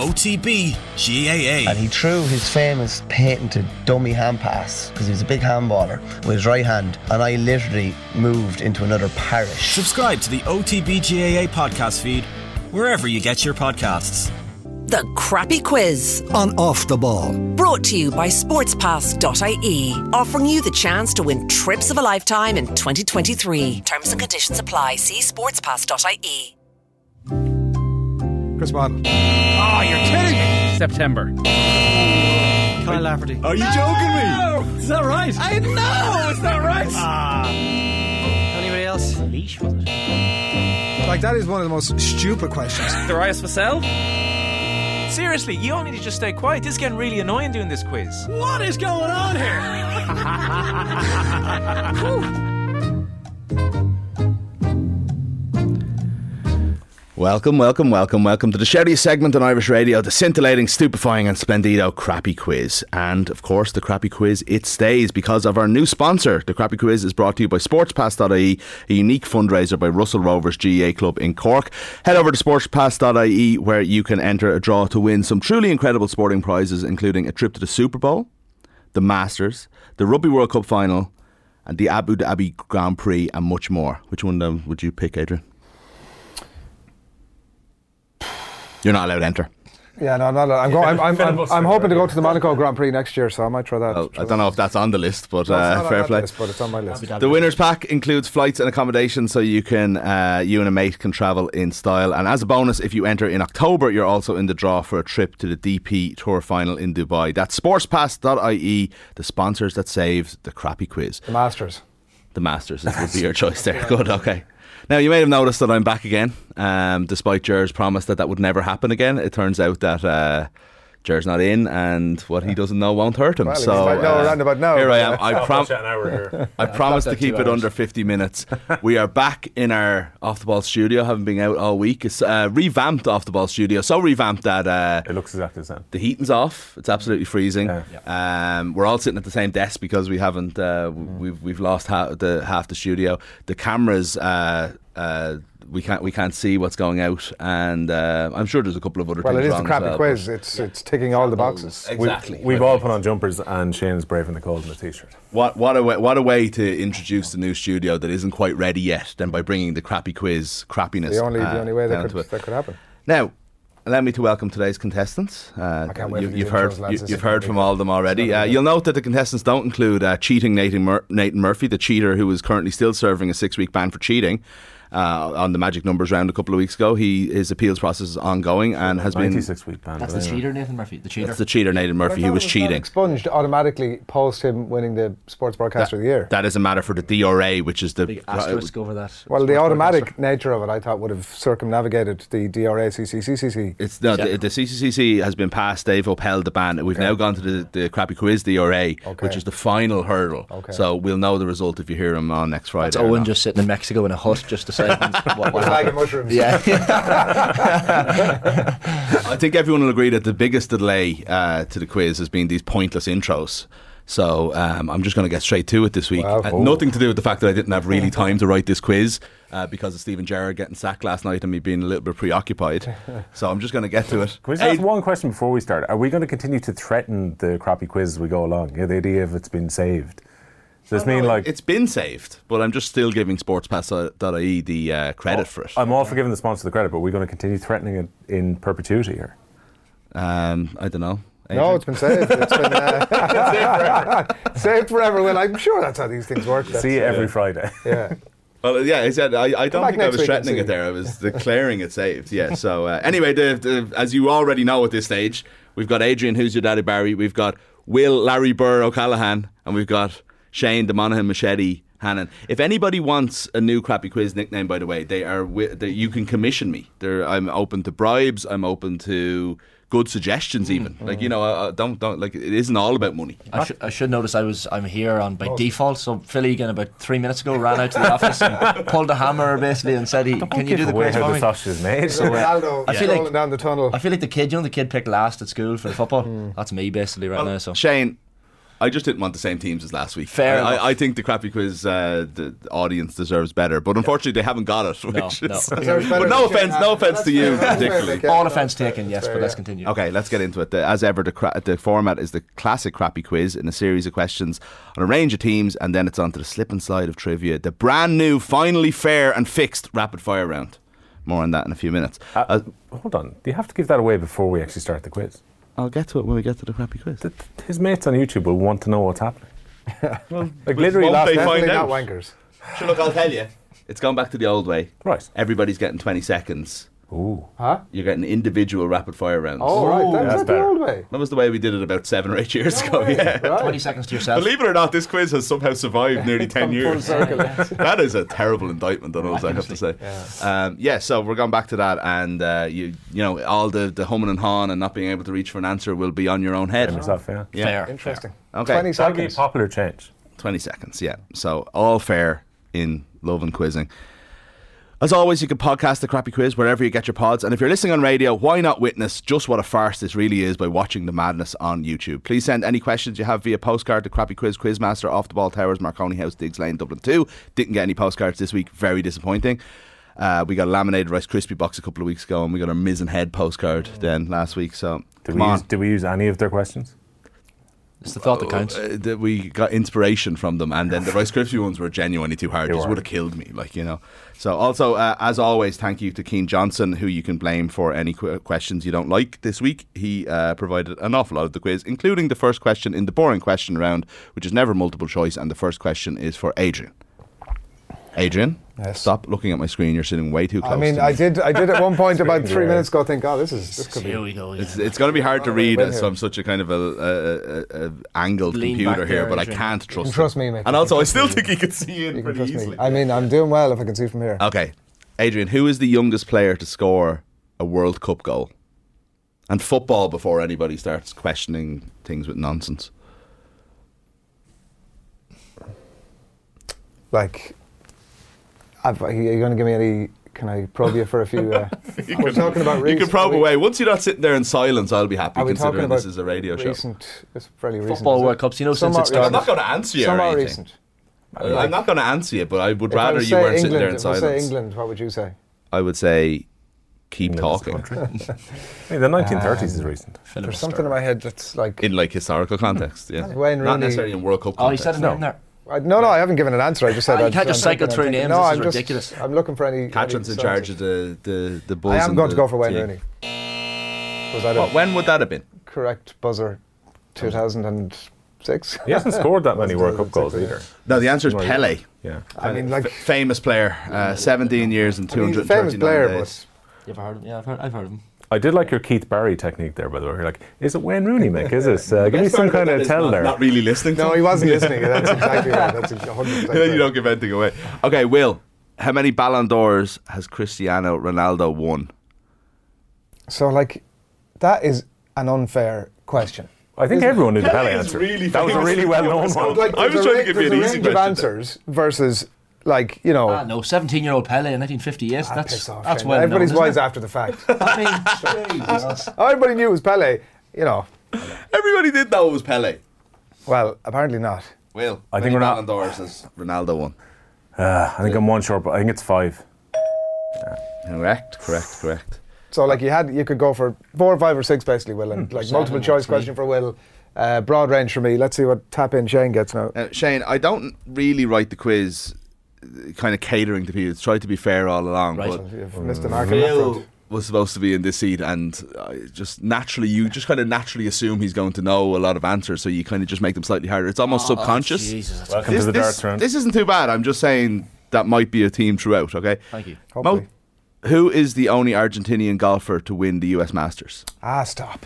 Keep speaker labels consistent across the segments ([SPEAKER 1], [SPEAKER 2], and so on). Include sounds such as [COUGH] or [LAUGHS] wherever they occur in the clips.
[SPEAKER 1] OTB GAA.
[SPEAKER 2] And he threw his famous patented dummy hand pass because he was a big handballer with his right hand. And I literally moved into another parish.
[SPEAKER 1] Subscribe to the OTB GAA podcast feed wherever you get your podcasts.
[SPEAKER 3] The Crappy Quiz,
[SPEAKER 4] on Off the Ball.
[SPEAKER 3] brought to you by sportspass.ie, offering you the chance to win trips of a lifetime in 2023. Terms and conditions apply. See sportspass.ie.
[SPEAKER 4] Chris Waddle.
[SPEAKER 5] Oh, you're kidding me!
[SPEAKER 6] September.
[SPEAKER 5] Kyle Lafferty.
[SPEAKER 1] Are you joking me?
[SPEAKER 5] Is that right? Ah.
[SPEAKER 6] I know it's not right.
[SPEAKER 5] Anybody else?
[SPEAKER 6] leash was it?
[SPEAKER 4] Like, that is one of the most stupid questions.
[SPEAKER 6] Darius Vassell.
[SPEAKER 7] Seriously, you all need to just stay quiet. This is getting really annoying doing this quiz.
[SPEAKER 5] What is going on here?
[SPEAKER 8] Welcome, welcome, welcome, welcome to the shouty segment on Irish Radio, the scintillating, stupefying, and splendido crappy quiz. And of course, the crappy quiz, it stays because of our new sponsor. The crappy quiz is brought to you by SportsPass.ie, E, a unique fundraiser by Russell Rovers GEA Club in Cork. Head over to SportsPass.ie E, where you can enter a draw to win some truly incredible sporting prizes, including a trip to the Super Bowl, the Masters, the Rugby World Cup final, and the Abu Dhabi Grand Prix, and much more. Which one um, would you pick, Adrian? You're not allowed to enter.
[SPEAKER 9] Yeah, no, I'm not. I'm, going, I'm, I'm, I'm, I'm hoping to go to the Monaco Grand Prix next year, so I might try that.
[SPEAKER 8] Oh,
[SPEAKER 9] Try
[SPEAKER 8] I
[SPEAKER 9] that.
[SPEAKER 8] don't know if that's on the list, but
[SPEAKER 9] No, it's
[SPEAKER 8] uh,
[SPEAKER 9] not on
[SPEAKER 8] fair
[SPEAKER 9] that
[SPEAKER 8] play.
[SPEAKER 9] list, but it's on my list.
[SPEAKER 8] The winners pack includes flights and accommodation, so you can uh, you and a mate can travel in style. And as a bonus, if you enter in October, you're also in the draw for a trip to the DP Tour final in Dubai. That's SportsPass.ie, E, the sponsors that saved the crappy quiz.
[SPEAKER 9] The Masters.
[SPEAKER 8] The Masters it would be your choice
[SPEAKER 9] [LAUGHS]
[SPEAKER 8] there. Good, okay. Now you may have noticed that I'm back again, um, despite Jer's promise that that would never happen again. It turns out that. Uh, Jer's not in, and what he doesn't know won't hurt him.
[SPEAKER 9] Well,
[SPEAKER 8] so uh,
[SPEAKER 9] he's like, no, round about now.
[SPEAKER 8] Here I
[SPEAKER 9] [LAUGHS]
[SPEAKER 8] am. I, prom-
[SPEAKER 10] Chat an hour here.
[SPEAKER 8] I promised to
[SPEAKER 10] that
[SPEAKER 8] keep
[SPEAKER 10] two
[SPEAKER 8] it
[SPEAKER 10] hours.
[SPEAKER 8] under 50 minutes. we are back in our off the ball studio, having been out all week. It's uh, revamped off the ball studio, so revamped that uh,
[SPEAKER 10] It looks exactly the same.
[SPEAKER 8] the heating's off. It's absolutely freezing.
[SPEAKER 10] Yeah.
[SPEAKER 8] Um, we're all sitting at the same desk because we haven't. Uh, w-
[SPEAKER 9] Mm-hmm.
[SPEAKER 8] We've we've lost half the half the studio. The cameras. Uh, uh, we can't we can't see what's going out, and uh, I'm sure there's a couple of other
[SPEAKER 9] Well,
[SPEAKER 8] things.
[SPEAKER 9] it is
[SPEAKER 8] wrong
[SPEAKER 9] a
[SPEAKER 8] as
[SPEAKER 9] crappy
[SPEAKER 8] well,
[SPEAKER 9] quiz. It's it's ticking all the boxes.
[SPEAKER 8] but- Exactly.
[SPEAKER 10] We've all put on jumpers, and Shane's brave in the cold in a t-shirt.
[SPEAKER 8] What what a way, what a way to introduce the new studio that isn't quite ready yet than by bringing the crappy quiz crappiness.
[SPEAKER 9] The only
[SPEAKER 8] uh,
[SPEAKER 9] the only way
[SPEAKER 8] down
[SPEAKER 9] that
[SPEAKER 8] to
[SPEAKER 9] could
[SPEAKER 8] it.
[SPEAKER 9] that could happen.
[SPEAKER 8] Now, allow me to welcome today's contestants. Uh,
[SPEAKER 9] I can't wait
[SPEAKER 8] you,
[SPEAKER 9] for the
[SPEAKER 8] you've heard
[SPEAKER 9] intros, lads.
[SPEAKER 8] you,
[SPEAKER 9] This is
[SPEAKER 8] you've
[SPEAKER 9] gonna
[SPEAKER 8] heard
[SPEAKER 9] be
[SPEAKER 8] from
[SPEAKER 9] good.
[SPEAKER 8] all of them already. Uh, you'll note that the contestants don't include uh, cheating Nathan, Mur- Nathan Murphy, the cheater who is currently still serving a six-week ban for cheating. Uh, on the magic numbers round a couple of weeks ago, he his appeals process is ongoing and has been.
[SPEAKER 10] 96 week ban.
[SPEAKER 5] That's
[SPEAKER 10] but
[SPEAKER 5] the
[SPEAKER 10] anyway.
[SPEAKER 5] cheater, Nathan Murphy. The cheater.
[SPEAKER 8] That's the cheater Nathan Murphy who was cheating.
[SPEAKER 9] Expunged automatically post him winning the Sports Broadcaster of the Year.
[SPEAKER 8] That is a matter for the DRA, which is the
[SPEAKER 5] Big asterisk over that.
[SPEAKER 9] well, the
[SPEAKER 5] Sports
[SPEAKER 9] automatic nature of it, I thought, would have circumnavigated the DRA CCCCC.
[SPEAKER 8] It's no, the, the CCCC has been passed. They've upheld the ban. We've now gone to the, the crappy quiz DRA, which is the final hurdle.
[SPEAKER 9] Okay.
[SPEAKER 8] So we'll know the result if you hear them on next Friday.
[SPEAKER 5] It's
[SPEAKER 8] or
[SPEAKER 5] Owen
[SPEAKER 8] not.
[SPEAKER 5] just sitting in Mexico in a hut just [LAUGHS] deciding what, what
[SPEAKER 9] Flag of
[SPEAKER 5] happened.
[SPEAKER 9] mushrooms.
[SPEAKER 5] Yeah.
[SPEAKER 8] I think everyone will agree that the biggest delay uh, to the quiz has been these pointless intros. So um, I'm just going to get straight to it this week.
[SPEAKER 9] Wow.
[SPEAKER 8] Uh, nothing to do with the fact that I didn't have really time to write this quiz uh, because of Stephen Gerrard getting sacked last night and me being a little bit preoccupied. so I'm just going to get to it.
[SPEAKER 10] Can we just ask one question before we start? Are we going to continue to threaten the crappy quiz as we go along? Yeah, the idea of it's been saved. Does this mean like
[SPEAKER 8] It's been saved, but I'm just still giving sportspass.ie the uh, credit for it.
[SPEAKER 10] Oh, I'm all for giving the sponsor the credit, but we're going to continue threatening it in perpetuity here.
[SPEAKER 8] Um, I don't know.
[SPEAKER 9] [LAUGHS] No, it's been saved. It's been uh, [LAUGHS] saved forever. Well, I'm sure that's how these things work. That's-
[SPEAKER 10] See you every Friday.
[SPEAKER 9] Yeah.
[SPEAKER 8] Well, yeah, I said I, I don't
[SPEAKER 9] back
[SPEAKER 8] think I
[SPEAKER 9] next
[SPEAKER 8] was
[SPEAKER 9] week and
[SPEAKER 8] threatening
[SPEAKER 9] see.
[SPEAKER 8] it there. I was declaring it saved. Yeah. So uh, [LAUGHS] anyway, the, the, as you already know at this stage, we've got Adrian, who's your daddy Barry. We've got Will, Larry Burr O'Callaghan, and we've got Shane, the Monaghan Machete Hannon. If anybody wants a new crappy quiz nickname, by the way, they are wi- they, you can commission me. They're, I'm open to bribes. I'm open to good suggestions, even
[SPEAKER 9] Mm.
[SPEAKER 8] like you know, uh, uh, don't don't like it isn't all about money.
[SPEAKER 5] I, should I should notice I was I'm here on by default. So Phil Egan about three minutes ago ran out to the office and pulled a hammer basically and said, he,
[SPEAKER 10] [LAUGHS]
[SPEAKER 5] "Can you do the
[SPEAKER 10] Aware
[SPEAKER 5] quiz
[SPEAKER 10] how
[SPEAKER 5] for
[SPEAKER 10] the
[SPEAKER 5] me?"
[SPEAKER 10] sausage is made.
[SPEAKER 9] So, uh, Ronaldo
[SPEAKER 5] I feel like-
[SPEAKER 9] rolling down the tunnel.
[SPEAKER 5] I feel like the kid, you know, the kid picked last at school for the football. That's me basically right now. So
[SPEAKER 8] Shane, I just didn't want the same teams as last week.
[SPEAKER 5] Fair
[SPEAKER 8] I,
[SPEAKER 5] enough.
[SPEAKER 8] I, I think the crappy quiz uh, the the audience deserves better, but unfortunately they haven't got it. Which
[SPEAKER 5] no.
[SPEAKER 8] is, but
[SPEAKER 5] Deserves better
[SPEAKER 8] no
[SPEAKER 5] than Shane
[SPEAKER 8] offense, no
[SPEAKER 5] Happy.
[SPEAKER 8] offense to you
[SPEAKER 5] That's fair, that's fair,
[SPEAKER 8] particularly.
[SPEAKER 5] okay. All offense taken, yes, but let's continue.
[SPEAKER 8] Okay, let's get into it. The- as ever, the, cra- the format is the classic crappy quiz in a series of questions on a range of teams, and then it's on to the slip and slide of trivia, the brand new, finally fair and fixed rapid fire round. More on that in a few minutes. Uh,
[SPEAKER 10] hold on, do you have to give that away before we actually start the quiz?
[SPEAKER 8] I'll get to it when we get to the crappy quiz.
[SPEAKER 10] His mates on YouTube will want to know what's happening. like literally
[SPEAKER 8] won't
[SPEAKER 10] last
[SPEAKER 8] they
[SPEAKER 10] night-
[SPEAKER 8] find
[SPEAKER 9] Definitely
[SPEAKER 8] out?
[SPEAKER 9] not wankers.
[SPEAKER 8] Sure, look, I'll tell you. It's gone back to the old way. Right. Everybody's getting 20 seconds. Ooh.
[SPEAKER 9] Huh?
[SPEAKER 8] You're getting individual rapid fire rounds.
[SPEAKER 9] Oh, right. That's, that's the old way.
[SPEAKER 8] That was the way we did it about seven or eight years ago. Yeah.
[SPEAKER 5] 20 seconds to yourself.
[SPEAKER 8] Believe it or not, this quiz has
[SPEAKER 9] [LAUGHS]
[SPEAKER 8] somehow survived nearly 10 years. [LAUGHS] that is a terrible indictment on us, I have to say. Yeah. Um, yeah, so we're going back to that, and uh, you you know, all the, the humming and hawing and not being able to reach for an answer will be on your own head.
[SPEAKER 10] Myself, yeah.
[SPEAKER 8] Yeah.
[SPEAKER 9] Interesting.
[SPEAKER 8] Okay.
[SPEAKER 9] 20
[SPEAKER 10] That'll be a
[SPEAKER 9] seconds.
[SPEAKER 10] popular change.
[SPEAKER 8] 20 seconds, yeah. So all fair in love and quizzing. As always, you can podcast the crappy quiz wherever you get your pods. And if you're listening on radio, why not witness just what a farce this really is by watching the madness on YouTube? Please send any questions you have via postcard to Crappy Quiz Quizmaster, Off the Ball Towers, Marconi House, Diggs Lane, Dublin 2. Didn't get any postcards this week. Very disappointing. Uh, we got a laminated Rice Krispie box a couple of weeks ago, and we got our Mizzen Head postcard then last week. So
[SPEAKER 10] Do
[SPEAKER 8] come
[SPEAKER 10] we,
[SPEAKER 8] on.
[SPEAKER 10] use, do we use any of their questions?
[SPEAKER 5] It's the thought that counts.
[SPEAKER 8] Uh, that we got inspiration from them, and then the Rice Krispie ones were genuinely too hard.
[SPEAKER 10] They
[SPEAKER 8] Just
[SPEAKER 10] were.
[SPEAKER 8] would have killed me, like you know. So, also uh, as always, thank you to Keen Johnson, who you can blame for any qu- questions you don't like this week. He uh, provided an awful lot of the quiz, including the first question in the boring question round, which is never multiple choice, and the first question is for Adrian. Adrian,
[SPEAKER 9] Yes.
[SPEAKER 8] stop looking at my screen. You're sitting way too close.
[SPEAKER 9] I mean,
[SPEAKER 8] to
[SPEAKER 9] I
[SPEAKER 8] me.
[SPEAKER 9] did. I did at one point about
[SPEAKER 10] Screen's
[SPEAKER 9] three
[SPEAKER 10] right.
[SPEAKER 9] minutes ago. Think, oh, this is this could
[SPEAKER 5] Here
[SPEAKER 9] be.
[SPEAKER 5] we go.
[SPEAKER 8] It's, it's going to be hard to read,
[SPEAKER 9] right
[SPEAKER 8] as
[SPEAKER 9] here.
[SPEAKER 8] I'm such a kind of a, a, a, a angled
[SPEAKER 5] Lean
[SPEAKER 8] computer
[SPEAKER 5] back
[SPEAKER 8] here,
[SPEAKER 5] there,
[SPEAKER 8] but I
[SPEAKER 5] Adrian.
[SPEAKER 8] can't trust.
[SPEAKER 9] can trust
[SPEAKER 8] it.
[SPEAKER 9] me, mate.
[SPEAKER 8] And
[SPEAKER 9] You
[SPEAKER 8] also,
[SPEAKER 9] can
[SPEAKER 8] I
[SPEAKER 9] trust
[SPEAKER 8] still
[SPEAKER 9] me.
[SPEAKER 8] think you can see it
[SPEAKER 9] You can
[SPEAKER 8] pretty
[SPEAKER 9] trust me.
[SPEAKER 8] easily.
[SPEAKER 9] I mean, I'm doing well if I can see from here.
[SPEAKER 8] Okay, Adrian, who is the youngest player to score a World Cup goal? And football before anybody starts questioning things with nonsense.
[SPEAKER 9] Like, I've, are you going to give me any? Can I probe you for a
[SPEAKER 8] [LAUGHS]
[SPEAKER 9] few? Uh, we're talking about.
[SPEAKER 8] you
[SPEAKER 9] Recent,
[SPEAKER 8] can probe
[SPEAKER 9] are we-
[SPEAKER 8] away. Once you're not sitting there in silence, I'll be happy
[SPEAKER 9] Are we talking
[SPEAKER 8] considering
[SPEAKER 9] about
[SPEAKER 8] this is a radio show.
[SPEAKER 9] recent, It's fairly recent.
[SPEAKER 5] Football
[SPEAKER 9] is it?
[SPEAKER 5] World Cups, you know, since
[SPEAKER 9] Somewhat
[SPEAKER 5] it started.
[SPEAKER 8] I'm not going to answer you. Or
[SPEAKER 9] Somewhat
[SPEAKER 8] anything.
[SPEAKER 9] recent.
[SPEAKER 8] I'm not going to answer you, but I would
[SPEAKER 9] If I
[SPEAKER 8] rather
[SPEAKER 9] was
[SPEAKER 8] you
[SPEAKER 9] say
[SPEAKER 8] weren't sitting
[SPEAKER 9] England,
[SPEAKER 8] there in
[SPEAKER 9] if I was say
[SPEAKER 8] silence.
[SPEAKER 9] England, what would you say?
[SPEAKER 8] I would say keep
[SPEAKER 10] England is the
[SPEAKER 8] talking.
[SPEAKER 10] country. I mean, the
[SPEAKER 8] Uh,
[SPEAKER 10] 1930s
[SPEAKER 8] [LAUGHS]
[SPEAKER 10] is recent.
[SPEAKER 9] There's something in my head that's like.
[SPEAKER 8] in like historical context. Yeah,
[SPEAKER 9] Wayne
[SPEAKER 8] not
[SPEAKER 9] Rooney-
[SPEAKER 8] necessarily in World Cup.
[SPEAKER 5] Oh, you
[SPEAKER 8] Context.
[SPEAKER 5] said it
[SPEAKER 10] No.
[SPEAKER 5] in there.
[SPEAKER 9] I- no, no, I haven't given an answer. I just said.
[SPEAKER 5] Ah, you
[SPEAKER 9] I'm-
[SPEAKER 5] can't just
[SPEAKER 9] I'm
[SPEAKER 5] cycle
[SPEAKER 9] thinking,
[SPEAKER 5] through
[SPEAKER 9] I'm thinking.
[SPEAKER 5] names,
[SPEAKER 9] No,
[SPEAKER 5] this
[SPEAKER 9] I'm
[SPEAKER 5] is
[SPEAKER 9] just,
[SPEAKER 5] ridiculous.
[SPEAKER 9] I'm looking for any.
[SPEAKER 8] Katrin's in charge of the the the buzz.
[SPEAKER 9] I am
[SPEAKER 8] and
[SPEAKER 9] going
[SPEAKER 8] the
[SPEAKER 9] to go for Wayne
[SPEAKER 8] thing.
[SPEAKER 9] Rooney. Was that
[SPEAKER 8] What,
[SPEAKER 9] a
[SPEAKER 8] when would that have been?
[SPEAKER 9] correct buzzer?
[SPEAKER 8] Um,
[SPEAKER 9] 2006.
[SPEAKER 10] He hasn't scored that many World Cup goals
[SPEAKER 9] Yeah.
[SPEAKER 10] either.
[SPEAKER 8] No, the answer is
[SPEAKER 10] Right.
[SPEAKER 8] Pele.
[SPEAKER 10] Yeah.
[SPEAKER 9] [LAUGHS] I mean,
[SPEAKER 8] F- [LAUGHS]
[SPEAKER 9] like
[SPEAKER 8] famous player, uh, 17 years and
[SPEAKER 9] I mean,
[SPEAKER 8] 239
[SPEAKER 9] famous player,
[SPEAKER 8] days.
[SPEAKER 5] You ever heard of him? Yeah, I've heard, I've heard of him.
[SPEAKER 10] I did like your Keith Barry technique there, by the way. You're like, is it Wayne Rooney, Mick? Is
[SPEAKER 8] [LAUGHS]
[SPEAKER 10] it? Uh, give me some kind of tell
[SPEAKER 8] not,
[SPEAKER 10] there.
[SPEAKER 8] Not really listening.
[SPEAKER 9] but no,
[SPEAKER 8] to
[SPEAKER 9] he
[SPEAKER 8] him.
[SPEAKER 9] wasn't
[SPEAKER 8] [LAUGHS]
[SPEAKER 9] listening. That's exactly right. That's 100.
[SPEAKER 8] you don't give anything away. Okay, Will. How many Ballon d'Ors has Cristiano Ronaldo won?
[SPEAKER 9] So like, that is an unfair question.
[SPEAKER 10] I think everyone knew the Pele
[SPEAKER 8] is
[SPEAKER 10] answer.
[SPEAKER 8] really
[SPEAKER 10] that was a
[SPEAKER 8] famous.
[SPEAKER 10] really well-known
[SPEAKER 8] So,
[SPEAKER 10] one.
[SPEAKER 8] like- I
[SPEAKER 9] there's
[SPEAKER 8] was
[SPEAKER 9] a
[SPEAKER 8] trying to
[SPEAKER 9] ra-
[SPEAKER 8] give you
[SPEAKER 9] there's
[SPEAKER 8] an
[SPEAKER 9] a
[SPEAKER 8] easy
[SPEAKER 9] range of
[SPEAKER 8] question then.
[SPEAKER 9] answers versus like you know.
[SPEAKER 5] Ah, no, 17 year old Pele in 1958.
[SPEAKER 9] ah,
[SPEAKER 5] that's
[SPEAKER 9] piss off,
[SPEAKER 5] that's
[SPEAKER 9] Shane.
[SPEAKER 5] well known,
[SPEAKER 9] Everybody's
[SPEAKER 5] isn't
[SPEAKER 9] wise
[SPEAKER 5] it?
[SPEAKER 9] after the fact.
[SPEAKER 5] [LAUGHS] I mean, Jesus.
[SPEAKER 9] Everybody knew it was Pele. You know,
[SPEAKER 8] Everybody did know it was Pele.
[SPEAKER 9] well, apparently not.
[SPEAKER 8] Will.
[SPEAKER 10] I
[SPEAKER 8] how
[SPEAKER 10] think
[SPEAKER 8] many
[SPEAKER 10] we're not-
[SPEAKER 8] Ballon d'Ors has Ronaldo won.
[SPEAKER 10] I think I'm one short, but I think it's five.
[SPEAKER 8] Correct. Correct. Correct.
[SPEAKER 9] So like you had, you could go for four or five or six basically, Will, and like multiple choice question for Will, uh, broad range for me. Let's see what tap in Shane gets now.
[SPEAKER 8] Uh, Shane, I don't really write the quiz, uh, kind of catering to people. It's tried to be fair all along,
[SPEAKER 5] Right.
[SPEAKER 8] but
[SPEAKER 9] You've missed the mark on that
[SPEAKER 8] Will
[SPEAKER 9] front.
[SPEAKER 8] was supposed to be in this seat, and uh, just naturally, you just kind of naturally assume he's going to know a lot of answers, so you kind of just make them slightly harder. It's almost
[SPEAKER 5] Oh,
[SPEAKER 8] subconscious.
[SPEAKER 5] Jesus, that's
[SPEAKER 10] Welcome
[SPEAKER 8] This,
[SPEAKER 10] to the
[SPEAKER 8] this,
[SPEAKER 10] darts round.
[SPEAKER 8] this isn't too bad. I'm just saying that might be a theme throughout. Okay.
[SPEAKER 5] Thank you.
[SPEAKER 8] Mo-
[SPEAKER 9] Hopefully.
[SPEAKER 8] who is the only Argentinian golfer to win the U.S. Masters? [LAUGHS]
[SPEAKER 9] Ah, stop.